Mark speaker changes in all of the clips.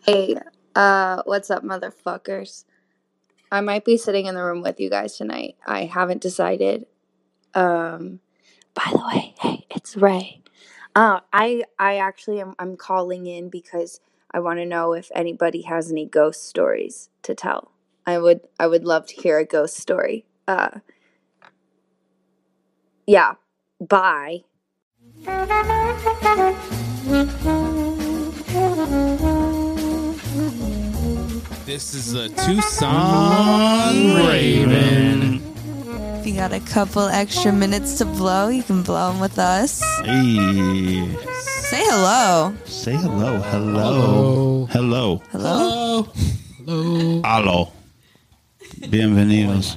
Speaker 1: Hey, uh, what's up, motherfuckers? I might be sitting in the room with you guys tonight. I haven't decided. Um, by the way, hey, it's Ray. Uh, I I actually am I'm calling in because I want to know if anybody has any ghost stories to tell. I would I would love to hear a ghost story. Uh, yeah. Bye.
Speaker 2: This is the
Speaker 3: Uh-huh.
Speaker 2: Tucson Raven.
Speaker 4: If you got a couple extra minutes to blow, you can blow them with us.
Speaker 5: Hey,
Speaker 4: Say hello.
Speaker 5: say hello. Hello. Hello.
Speaker 4: Hello.
Speaker 5: Hello. Bienvenidos.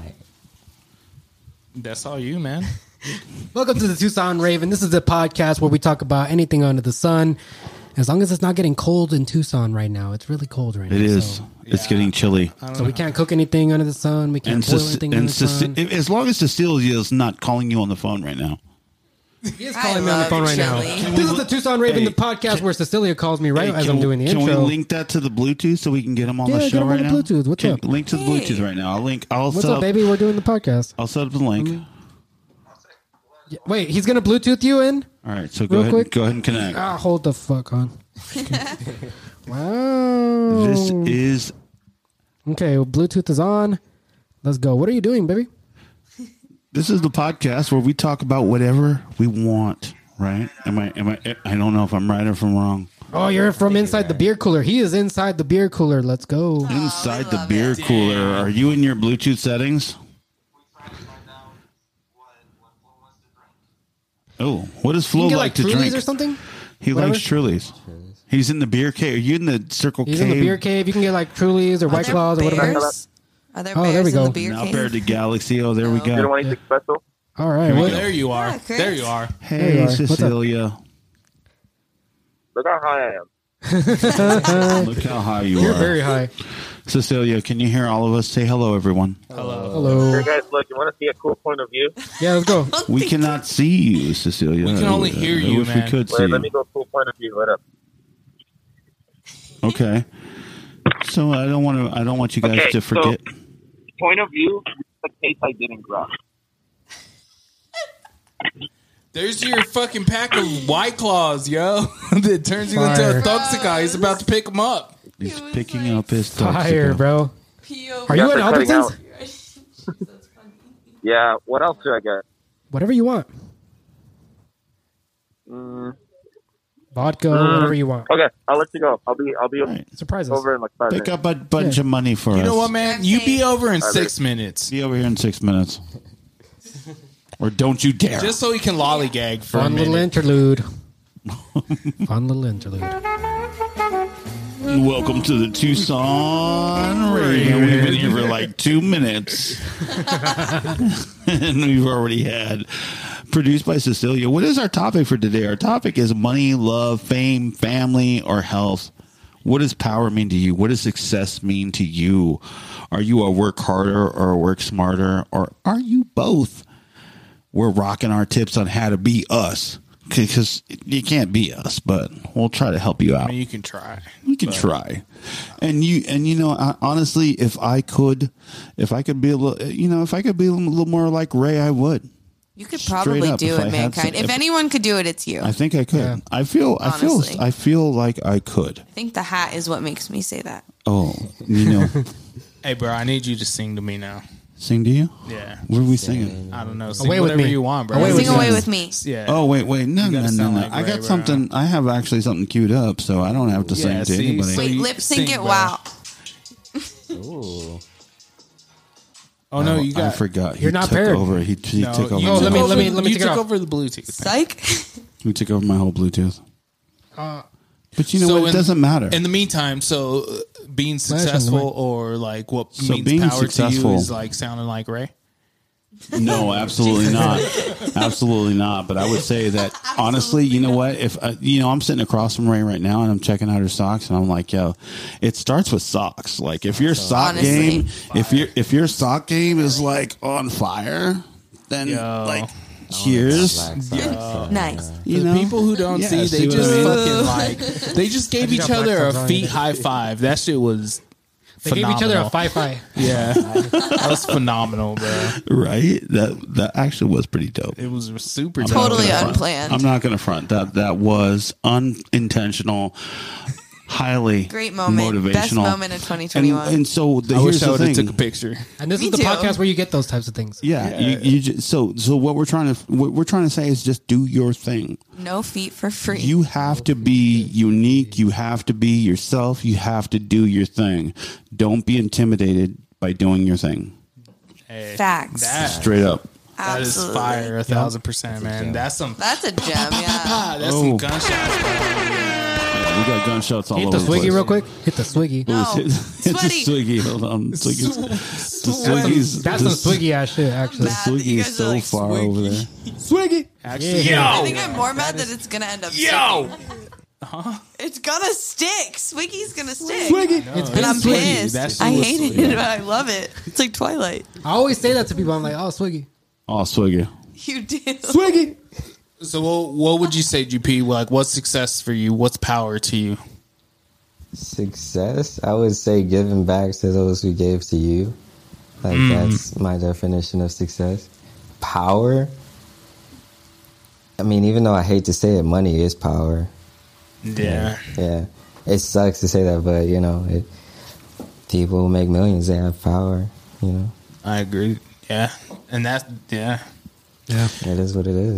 Speaker 2: That's all you, man.
Speaker 3: Welcome to the Tucson Raven. This is a podcast where we talk about anything under the sun. As long as it's not getting cold in Tucson right now, it's really cold right now.
Speaker 5: It is.
Speaker 3: So,
Speaker 5: It's getting chilly.
Speaker 3: so we can't cook anything under the sun. We can't
Speaker 5: And,
Speaker 3: boil
Speaker 5: Cec-
Speaker 3: anything under
Speaker 5: and
Speaker 3: the
Speaker 5: Ceci-
Speaker 3: sun.
Speaker 5: as long as Cecilia is not calling you on the phone right now.
Speaker 3: He is
Speaker 4: I
Speaker 3: calling me on the
Speaker 4: love
Speaker 3: phone right
Speaker 4: chili.
Speaker 3: now. This is the Tucson Raven,
Speaker 5: Hey,
Speaker 3: the podcast where Cecilia calls me right
Speaker 5: Hey,
Speaker 3: as I'm doing the
Speaker 5: can
Speaker 3: intro.
Speaker 5: we link that to the Bluetooth so we can get him on
Speaker 3: Yeah,
Speaker 5: the
Speaker 3: get
Speaker 5: show
Speaker 3: him on
Speaker 5: right
Speaker 3: the
Speaker 5: now?
Speaker 3: Bluetooth. What's
Speaker 5: Can-
Speaker 3: up?
Speaker 5: Link to the
Speaker 4: Hey.
Speaker 5: Bluetooth right now. I'll link. I'll
Speaker 3: What's
Speaker 5: set
Speaker 3: up, baby? Mm-hmm. We're doing the podcast.
Speaker 5: I'll set up the link.
Speaker 3: Wait, he's gonna Bluetooth you in?
Speaker 5: All right, so go
Speaker 3: Real
Speaker 5: ahead.
Speaker 3: quick.
Speaker 5: Go ahead and connect.
Speaker 3: Ah, hold the fuck on. wow.
Speaker 5: This is
Speaker 3: Okay, well, Bluetooth is on. Let's go. What are you doing, baby?
Speaker 5: This is the podcast where we talk about whatever we want, right? Am I am I I don't know if I'm right or if I'm wrong.
Speaker 3: Oh, you're from inside the beer cooler. He is inside the beer cooler. Let's go.
Speaker 5: Inside the
Speaker 4: love
Speaker 5: beer
Speaker 4: it.
Speaker 5: cooler, are you in your Bluetooth settings? Oh, what does Flo
Speaker 3: You can
Speaker 5: like,
Speaker 3: get
Speaker 5: to
Speaker 3: Trulies
Speaker 5: drink?
Speaker 3: or something.
Speaker 5: He
Speaker 3: Whatever.
Speaker 5: likes Trulies. He's in the beer cave. Are you in the Circle
Speaker 3: He's
Speaker 5: Cave?
Speaker 3: in the beer cave. You can get like Trulies or
Speaker 4: Are
Speaker 3: White
Speaker 4: there
Speaker 3: Claws or whatever.
Speaker 4: bears? Are there
Speaker 3: Oh,
Speaker 4: bears
Speaker 3: there we
Speaker 4: in
Speaker 3: go.
Speaker 4: the beer
Speaker 5: Now
Speaker 4: cave?
Speaker 5: Bear to Galaxy. Oh, there we
Speaker 4: No.
Speaker 5: go.
Speaker 6: You don't want anything special?
Speaker 3: All right.
Speaker 5: Here we
Speaker 3: What,
Speaker 5: go.
Speaker 2: There you are.
Speaker 4: Yeah, Chris.
Speaker 2: there you are.
Speaker 3: There you
Speaker 5: hey,
Speaker 3: are. What's up?
Speaker 5: Cecilia.
Speaker 6: Look how high I am.
Speaker 5: Look how high you
Speaker 3: you're
Speaker 5: are.
Speaker 3: very high.
Speaker 5: Cecilia, can you hear all of us? Say hello, everyone.
Speaker 3: Hello.
Speaker 6: Hey guys, look, you want to see a cool point of view?
Speaker 3: Yeah, let's go.
Speaker 5: We cannot see you, Cecilia. Uh,
Speaker 2: We can only
Speaker 5: I
Speaker 2: hear
Speaker 5: wish
Speaker 2: you,
Speaker 5: we
Speaker 2: man.
Speaker 5: could see
Speaker 6: Wait,
Speaker 5: you.
Speaker 6: let me go cool point of view. What up?
Speaker 5: Okay. So I don't want to. I don't want you guys
Speaker 6: Okay,
Speaker 5: to
Speaker 6: so-
Speaker 5: forget.
Speaker 6: Point of view, the case I didn't grab.
Speaker 2: There's your fucking pack of white claws, yo. that turns you into
Speaker 3: Fire.
Speaker 2: a toxico. He's about to pick them up.
Speaker 5: He's
Speaker 4: was
Speaker 5: picking
Speaker 4: like-
Speaker 5: up his
Speaker 3: Fire,
Speaker 5: toxico.
Speaker 3: bro.
Speaker 4: POV.
Speaker 3: Are you
Speaker 6: guys
Speaker 3: at
Speaker 6: are cutting
Speaker 3: Albertsons?
Speaker 6: out. Yeah, what else do I get?
Speaker 3: Whatever you want.
Speaker 6: Mm,
Speaker 3: Vodka, whatever you want.
Speaker 6: okay, I'll let you go. I'll be I'll be
Speaker 5: All right.
Speaker 3: Surprise us.
Speaker 6: over in like five
Speaker 5: Pick up
Speaker 6: minutes.
Speaker 5: a bunch of money for us.
Speaker 2: You know what, man? You be over in six minutes.
Speaker 5: Be over here in six minutes. or don't you dare.
Speaker 2: Just so he can lollygag for a
Speaker 3: Fun little
Speaker 2: minute.
Speaker 3: interlude. Fun little interlude.
Speaker 5: Welcome to the Tucson Radio. We've been here for like two minutes. and we've already had produced by Cecilia. What is our topic for today? Our topic is money, love, fame, family, or health. What does power mean to you? What does success mean to you? Are you a work harder or a work smarter? Or are you both? We're rocking our tips on how to be us. Because you can't be us, but we'll try to help you out.
Speaker 2: I mean, you can try.
Speaker 5: We can try, and you and you know I, honestly, if I could, if I could be a little, you know, if I could be a little more like Ray, I would.
Speaker 4: You could probably
Speaker 5: up,
Speaker 4: do
Speaker 5: if
Speaker 4: it,
Speaker 5: I had
Speaker 4: mankind.
Speaker 5: some-
Speaker 4: If anyone could do it, it's you.
Speaker 5: I
Speaker 4: I
Speaker 5: think I could.
Speaker 3: Yeah.
Speaker 5: I feel. I
Speaker 4: Honestly.
Speaker 5: feel. I feel like I could.
Speaker 4: think the hat is what makes me say that.
Speaker 5: Oh, you know,
Speaker 2: Hey, bro, I need you to sing to me now.
Speaker 5: sing to you.
Speaker 2: Yeah.
Speaker 5: What are we singing?
Speaker 2: I don't know. Sing
Speaker 3: Away with
Speaker 2: whatever
Speaker 3: me.
Speaker 2: you want, bro.
Speaker 3: Away
Speaker 4: Sing
Speaker 3: with
Speaker 4: away
Speaker 3: me.
Speaker 4: with me.
Speaker 2: Yeah.
Speaker 5: Oh wait, wait, no, no,
Speaker 2: gotta
Speaker 5: no,
Speaker 2: sound
Speaker 5: no.
Speaker 2: like
Speaker 5: I
Speaker 2: Ray
Speaker 5: got
Speaker 2: Brown.
Speaker 5: something. I have actually something queued up, so I don't have to
Speaker 2: Yeah,
Speaker 5: sing to
Speaker 2: see,
Speaker 5: anybody.
Speaker 2: see.
Speaker 4: Wait,
Speaker 2: you
Speaker 4: lip
Speaker 2: can
Speaker 4: sync
Speaker 2: sing,
Speaker 4: it.
Speaker 2: bro.
Speaker 4: Wow.
Speaker 2: Oh, no, you
Speaker 5: I
Speaker 2: got.
Speaker 5: forgot.
Speaker 3: You're
Speaker 5: he
Speaker 3: not
Speaker 5: took
Speaker 3: paired.
Speaker 5: over. He, he
Speaker 2: No,
Speaker 5: took over.
Speaker 2: you
Speaker 3: Oh,
Speaker 5: my-
Speaker 3: let me-
Speaker 2: took
Speaker 3: let me-
Speaker 2: over-
Speaker 3: let me
Speaker 2: you
Speaker 3: take it
Speaker 2: took
Speaker 3: off.
Speaker 2: over the Bluetooth.
Speaker 4: Psych.
Speaker 5: He took over my whole Bluetooth. but you know
Speaker 2: Uh, so
Speaker 5: what? It
Speaker 2: in-
Speaker 5: doesn't matter.
Speaker 2: In the meantime, so uh, being
Speaker 3: on the
Speaker 2: successful
Speaker 3: mic.
Speaker 2: or like what
Speaker 5: So
Speaker 2: means
Speaker 5: being
Speaker 2: power to you
Speaker 5: successful-
Speaker 2: is like sounding like Ray.
Speaker 5: No, absolutely not. Absolutely not. But I would say that honestly, you know what? If uh, you know, I'm sitting across from Ray right now, and I'm checking out her socks, and I'm like, yo, it starts with socks. Like if your sock
Speaker 4: Honestly.
Speaker 5: game, if your if your sock game is like on fire, then
Speaker 2: Yo.
Speaker 5: like Cheers.
Speaker 4: Nice.
Speaker 5: You
Speaker 2: the
Speaker 5: know?
Speaker 2: people who don't
Speaker 5: Yeah,
Speaker 2: see, they
Speaker 5: see what I
Speaker 2: just
Speaker 5: mean?
Speaker 2: fucking like they just gave
Speaker 3: just
Speaker 2: each
Speaker 3: got
Speaker 2: other
Speaker 3: black
Speaker 2: a
Speaker 3: thumbs on
Speaker 2: feet
Speaker 3: it.
Speaker 2: high five. That shit was
Speaker 3: They
Speaker 2: phenomenal.
Speaker 3: gave each other a five five.
Speaker 2: Yeah, that was phenomenal, bro.
Speaker 5: Right? That that actually was pretty dope.
Speaker 2: It was super dope.
Speaker 4: Totally uh,
Speaker 5: Front.
Speaker 4: unplanned.
Speaker 5: I'm not going to front. That that was unintentional. Highly
Speaker 4: Great moment.
Speaker 5: motivational.
Speaker 4: Best moment of 2021.
Speaker 5: And, and so the,
Speaker 2: I wish
Speaker 5: here's
Speaker 2: I
Speaker 5: the
Speaker 2: would have
Speaker 5: thing.
Speaker 2: took a picture.
Speaker 3: And this
Speaker 4: Me
Speaker 3: is the
Speaker 4: too.
Speaker 3: podcast where you get those types of things.
Speaker 5: yeah, You, you ju- so so what we're trying to what we're trying to say is just do your thing.
Speaker 4: No feet for free.
Speaker 5: You have to be unique. You have to be yourself. You have to do your thing. Don't be intimidated by doing your thing.
Speaker 4: Facts.
Speaker 2: That,
Speaker 5: Straight up.
Speaker 2: that is
Speaker 4: Absolutely.
Speaker 2: fire, a thousand percent, man. That's some.
Speaker 4: That's a gem, yeah.
Speaker 2: Ah, that's
Speaker 5: Oh.
Speaker 2: some gunshots.
Speaker 5: Yeah, we got gunshots all
Speaker 3: Hit
Speaker 5: over
Speaker 3: the
Speaker 5: the place.
Speaker 3: swiggy real quick. Hit the swiggy.
Speaker 4: No.
Speaker 5: It's a
Speaker 4: Sweaty.
Speaker 5: swiggy. Hold on. Swiggy's- the swiggy's-
Speaker 3: That's
Speaker 5: the
Speaker 3: some swiggy ass shit, actually.
Speaker 4: Bad that
Speaker 5: Swiggy
Speaker 4: you
Speaker 5: is
Speaker 4: guys
Speaker 5: so
Speaker 4: are like,
Speaker 5: far over there.
Speaker 2: Swiggy. Actually,
Speaker 3: Yeah.
Speaker 4: I think I'm more mad that it's gonna end up.
Speaker 2: yo, yo.
Speaker 4: sticking. It's gonna stick. Swiggy's gonna stick.
Speaker 3: It's
Speaker 4: And
Speaker 3: been
Speaker 4: I'm
Speaker 3: swiggy.
Speaker 4: pissed.
Speaker 2: That's
Speaker 4: I
Speaker 2: so
Speaker 4: hate it,
Speaker 2: swiggy.
Speaker 4: but I love it. It's like Twilight.
Speaker 3: I always say that to people. I'm like, oh, swiggy.
Speaker 5: Oh, swiggy.
Speaker 4: You do.
Speaker 3: Swiggy.
Speaker 2: So, what, what would you say, GP? Like, what's success for you? What's power to you?
Speaker 7: Success, I would say giving back to those who gave to you. Like that's my definition of success. Power. I mean, even though I hate to say it, money is power.
Speaker 2: Yeah.
Speaker 7: Yeah, it sucks to say that, but you know, it, people who make millions they have power. You know,
Speaker 2: I agree. Yeah, and that's yeah.
Speaker 3: Yeah.
Speaker 7: it is what it is.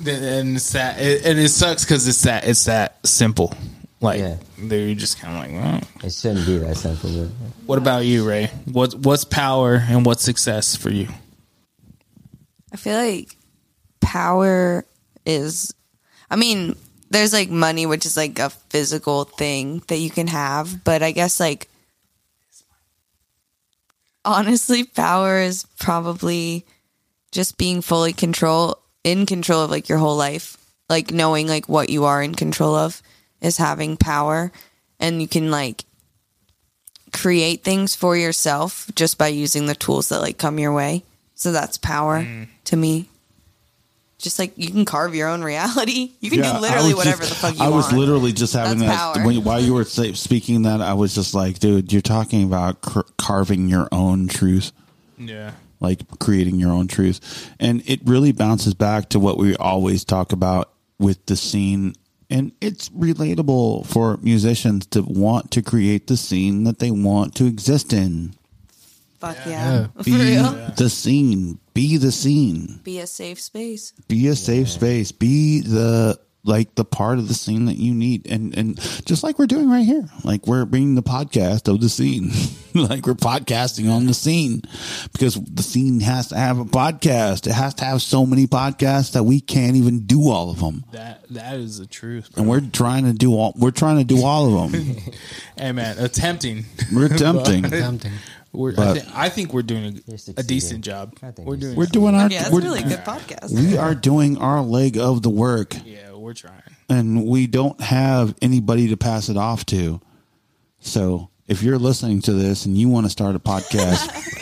Speaker 7: Yeah.
Speaker 2: and it's that it, and it sucks because it's that it's that simple like
Speaker 7: Yeah.
Speaker 2: they're just kind of like well.
Speaker 7: It shouldn't be that simple, but
Speaker 2: what about you ray what, what's power and what's success for you
Speaker 4: I feel like power is. I mean, there's like money, which is like a physical thing that you can have, but I guess like honestly, power is probably just being fully control in control of like your whole life, like knowing like what you are in control of is having power, and you can like create things for yourself just by using the tools that like come your way. So that's power to me. Just like you can carve your own reality. You can
Speaker 5: Yeah,
Speaker 4: do
Speaker 5: I
Speaker 4: literally
Speaker 5: was
Speaker 4: whatever
Speaker 5: just-
Speaker 4: the fuck you
Speaker 5: I
Speaker 4: want.
Speaker 5: was literally just having
Speaker 4: That's
Speaker 5: that
Speaker 4: power.
Speaker 5: when, while you were say, speaking that I was just like, dude, you're talking about cr- carving your own truth,
Speaker 2: yeah
Speaker 5: like creating your own truth, and it really bounces back to what we always talk about with the scene, and it's relatable for musicians to want to create the scene that they want to exist in.
Speaker 4: Fuck yeah.
Speaker 5: Be
Speaker 4: For real.
Speaker 5: the scene. Be the scene.
Speaker 4: Be a safe space.
Speaker 5: be a safe space be the like the part of the scene that you need and and just like we're doing right here like we're being the podcast of the scene like we're podcasting on the scene because the scene has to have a podcast it has to have so many podcasts that we can't even do all of them
Speaker 2: that that is the truth bro.
Speaker 5: and we're trying to do all we're trying to do all of them
Speaker 2: hey man attempting
Speaker 5: we're attempting
Speaker 3: Tempting.
Speaker 2: we're, I,
Speaker 5: But-
Speaker 2: thi- I think we're doing a- a,
Speaker 7: succeeding.
Speaker 2: decent job
Speaker 7: I think
Speaker 2: we're
Speaker 7: you're
Speaker 2: doing
Speaker 5: we're doing our
Speaker 4: Yeah, that's
Speaker 5: we're,
Speaker 4: really good podcast.
Speaker 5: we are doing our leg of the work
Speaker 2: yeah we're trying
Speaker 5: and we don't have anybody to pass it off to. So if you're listening to this and you want to start a podcast,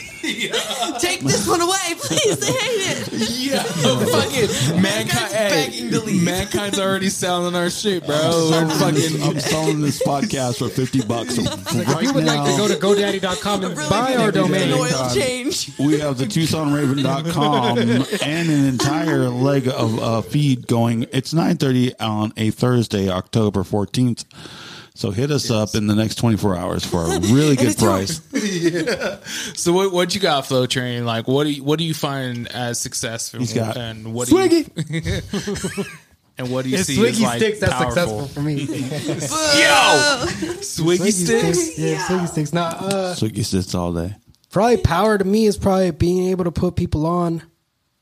Speaker 4: Take this one away, please. I hate it.
Speaker 2: yeah fucking mankind
Speaker 4: begging to leave.
Speaker 2: mankind's already selling our shit bro we're Oh, fucking
Speaker 5: I'm selling this podcast for fifty bucks right
Speaker 3: You would
Speaker 5: now.
Speaker 3: like to go to GoDaddy.com and buy our domain.
Speaker 4: An oil change.
Speaker 5: we have the TucsonRaven.com and an entire leg of uh, feed going. It's nine thirty on a Thursday, October fourteenth. So hit us up in the next twenty four hours for a really good
Speaker 4: it's yours.
Speaker 5: price.
Speaker 2: So what what you got, Flow Train? Like what do you, what do you find as successful?
Speaker 5: He's got-
Speaker 2: and what do you,
Speaker 3: Swiggy.
Speaker 2: and what do you
Speaker 3: It's
Speaker 2: see
Speaker 3: swiggy
Speaker 2: as like
Speaker 3: sticks. That's
Speaker 2: powerful?
Speaker 3: successful for me.
Speaker 2: Yo, swiggy, sticks.
Speaker 3: Yeah, swiggy sticks. Nah, uh,
Speaker 5: So you sits all day.
Speaker 3: probably power to me is probably being able to put people on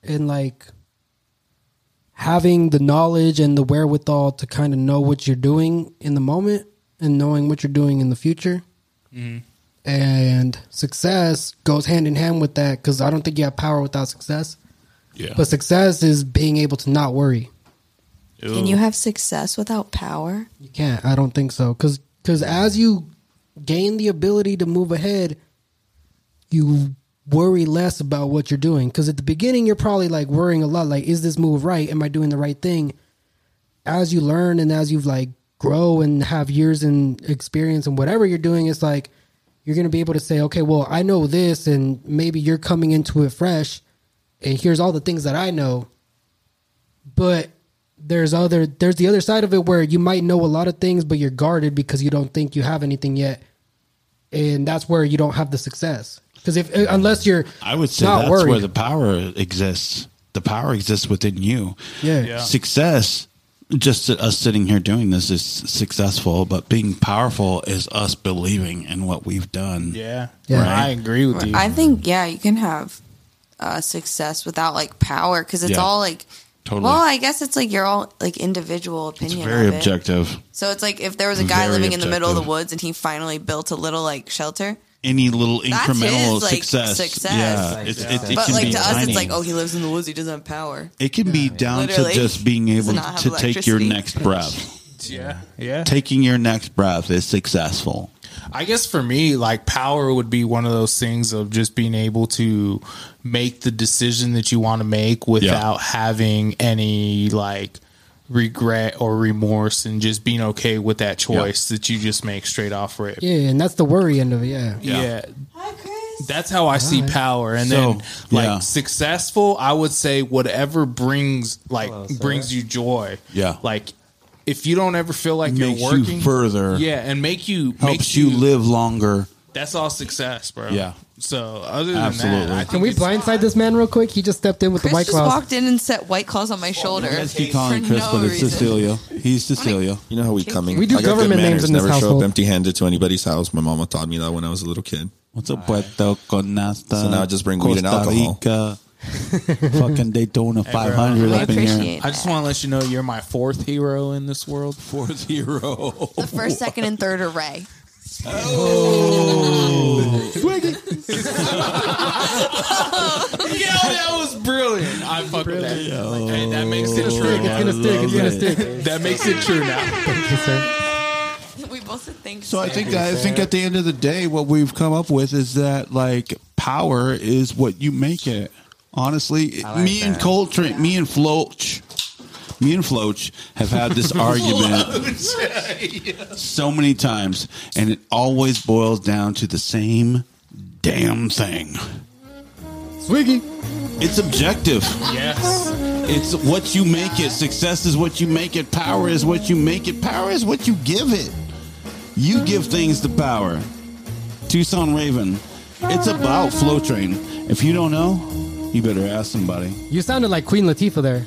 Speaker 3: and like having the knowledge and the wherewithal to kind of know what you're doing in the moment and knowing what you're doing in the future. And success goes hand in hand with that because I don't think you have power without success.
Speaker 2: Yeah.
Speaker 3: But success is being able to not worry.
Speaker 4: Can you have success without power?
Speaker 3: You can't. I don't think so. Because as you gain the ability to move ahead, you worry less about what you're doing. Because at the beginning, you're probably like worrying a lot. Like, is this move right? Am I doing the right thing? As you learn and as you've like grow and have years and experience and whatever you're doing, it's like you're gonna be able to say, okay, well, I know this, and maybe you're coming into it fresh, and here's all the things that I know. But there's other there's the other side of it where you might know a lot of things, but you're guarded because you don't think you have anything yet and that's where you don't have the success. Because if uh, unless you're,
Speaker 5: I would say
Speaker 3: not
Speaker 5: that's
Speaker 3: worried.
Speaker 5: where the power exists. The power exists within you.
Speaker 3: yeah.
Speaker 2: Yeah.
Speaker 5: Success, just us sitting here doing this is successful, but being powerful is us believing in what we've done.
Speaker 2: Yeah,
Speaker 3: Yeah.
Speaker 2: I agree with you.
Speaker 4: I think yeah, you can have uh, success without like power because it's
Speaker 5: Yeah.
Speaker 4: all like.
Speaker 5: Totally.
Speaker 4: Well, I guess it's like your all like individual
Speaker 5: it's
Speaker 4: opinion.
Speaker 5: very
Speaker 4: of it.
Speaker 5: objective.
Speaker 4: So it's like if there was a guy
Speaker 5: Very
Speaker 4: living in the middle of the
Speaker 5: objective.
Speaker 4: woods and he finally built a little like shelter,
Speaker 5: Any little
Speaker 4: That's
Speaker 5: incremental
Speaker 4: his, like,
Speaker 5: success.
Speaker 4: success.
Speaker 5: Yeah.
Speaker 7: Like,
Speaker 5: It's,
Speaker 7: yeah.
Speaker 5: It, it,
Speaker 7: But,
Speaker 4: but
Speaker 5: can
Speaker 4: like
Speaker 5: be
Speaker 4: to us,
Speaker 5: tiny.
Speaker 4: it's like oh, he lives in the woods, he doesn't have power.
Speaker 5: It can be down
Speaker 4: Literally.
Speaker 5: to just being
Speaker 4: Does
Speaker 5: able
Speaker 4: not have
Speaker 5: to take your
Speaker 4: electricity.
Speaker 5: next breath.
Speaker 2: yeah, yeah.
Speaker 5: Taking your next breath is successful.
Speaker 2: I guess for me, like power would be one of those things of just being able to make the decision that you want to make without having any like regret or remorse and just being okay with that choice that you just make straight off rip. Yeah.
Speaker 3: Yeah, and that's the worry end of it. Yeah,
Speaker 4: Hi, Chris.
Speaker 2: That's how I see power. And
Speaker 5: So,
Speaker 2: then like
Speaker 5: yeah.
Speaker 2: successful, I would say whatever brings like
Speaker 7: Hello, sir.
Speaker 2: brings you joy.
Speaker 5: Yeah.
Speaker 2: Like if you don't ever feel like
Speaker 5: Makes
Speaker 2: you're working
Speaker 5: you further.
Speaker 2: Yeah, and make you
Speaker 5: Helps
Speaker 2: makes
Speaker 5: you, live longer.
Speaker 2: That's all success, bro.
Speaker 5: Yeah.
Speaker 2: So other than
Speaker 5: Absolutely.
Speaker 2: that, I
Speaker 3: can
Speaker 2: think
Speaker 3: we
Speaker 2: it's-
Speaker 3: blindside this man real quick? He just stepped in with
Speaker 4: Chris
Speaker 3: the white
Speaker 4: just
Speaker 3: claws.
Speaker 4: walked in and set white claws on my shoulder.
Speaker 5: You guys keep calling
Speaker 4: for
Speaker 5: Chris,
Speaker 4: no
Speaker 5: but it's
Speaker 4: reason.
Speaker 5: Cecilia. He's Cecilia.
Speaker 8: You know how we coming.
Speaker 3: We do
Speaker 8: I got good
Speaker 3: government names
Speaker 8: manners,
Speaker 3: in this
Speaker 8: Never show
Speaker 3: household.
Speaker 8: up empty-handed to anybody's house. My mama taught me that when I was a little kid.
Speaker 5: What's up, Puerto Conasta?
Speaker 8: So now I just bring weed and alcohol.
Speaker 5: Rica. Fucking Daytona 500
Speaker 4: I
Speaker 5: up in here.
Speaker 4: appreciate
Speaker 2: I just
Speaker 4: that.
Speaker 2: want to let you know you're my fourth hero in this world.
Speaker 5: Fourth hero.
Speaker 4: the first, second, and third are Ray.
Speaker 2: yeah, that was brilliant. I fuck with that. Hey, that makes it
Speaker 3: It's
Speaker 2: true.
Speaker 3: gonna
Speaker 2: now.
Speaker 3: stick. It's gonna
Speaker 5: love
Speaker 3: stick. It's gonna stick.
Speaker 2: That makes Oh, it true now.
Speaker 3: Thank you, sir.
Speaker 4: We both said thanks.
Speaker 5: So I think I think at the end of the day, what we've come up with is that like power is what you make it. Honestly, me and Coltrane, me and Floach, me and Floach have had this argument so many times, and it always boils down to the same damn thing.
Speaker 3: Swiggy.
Speaker 5: It's objective.
Speaker 2: Yes.
Speaker 5: It's what you make it. Success is what you make it. Power is what you make it. Power is what you give it. You give things the power. Tucson Raven. It's about Flow Train. If you don't know, you better ask somebody.
Speaker 3: You sounded like Queen Latifah there.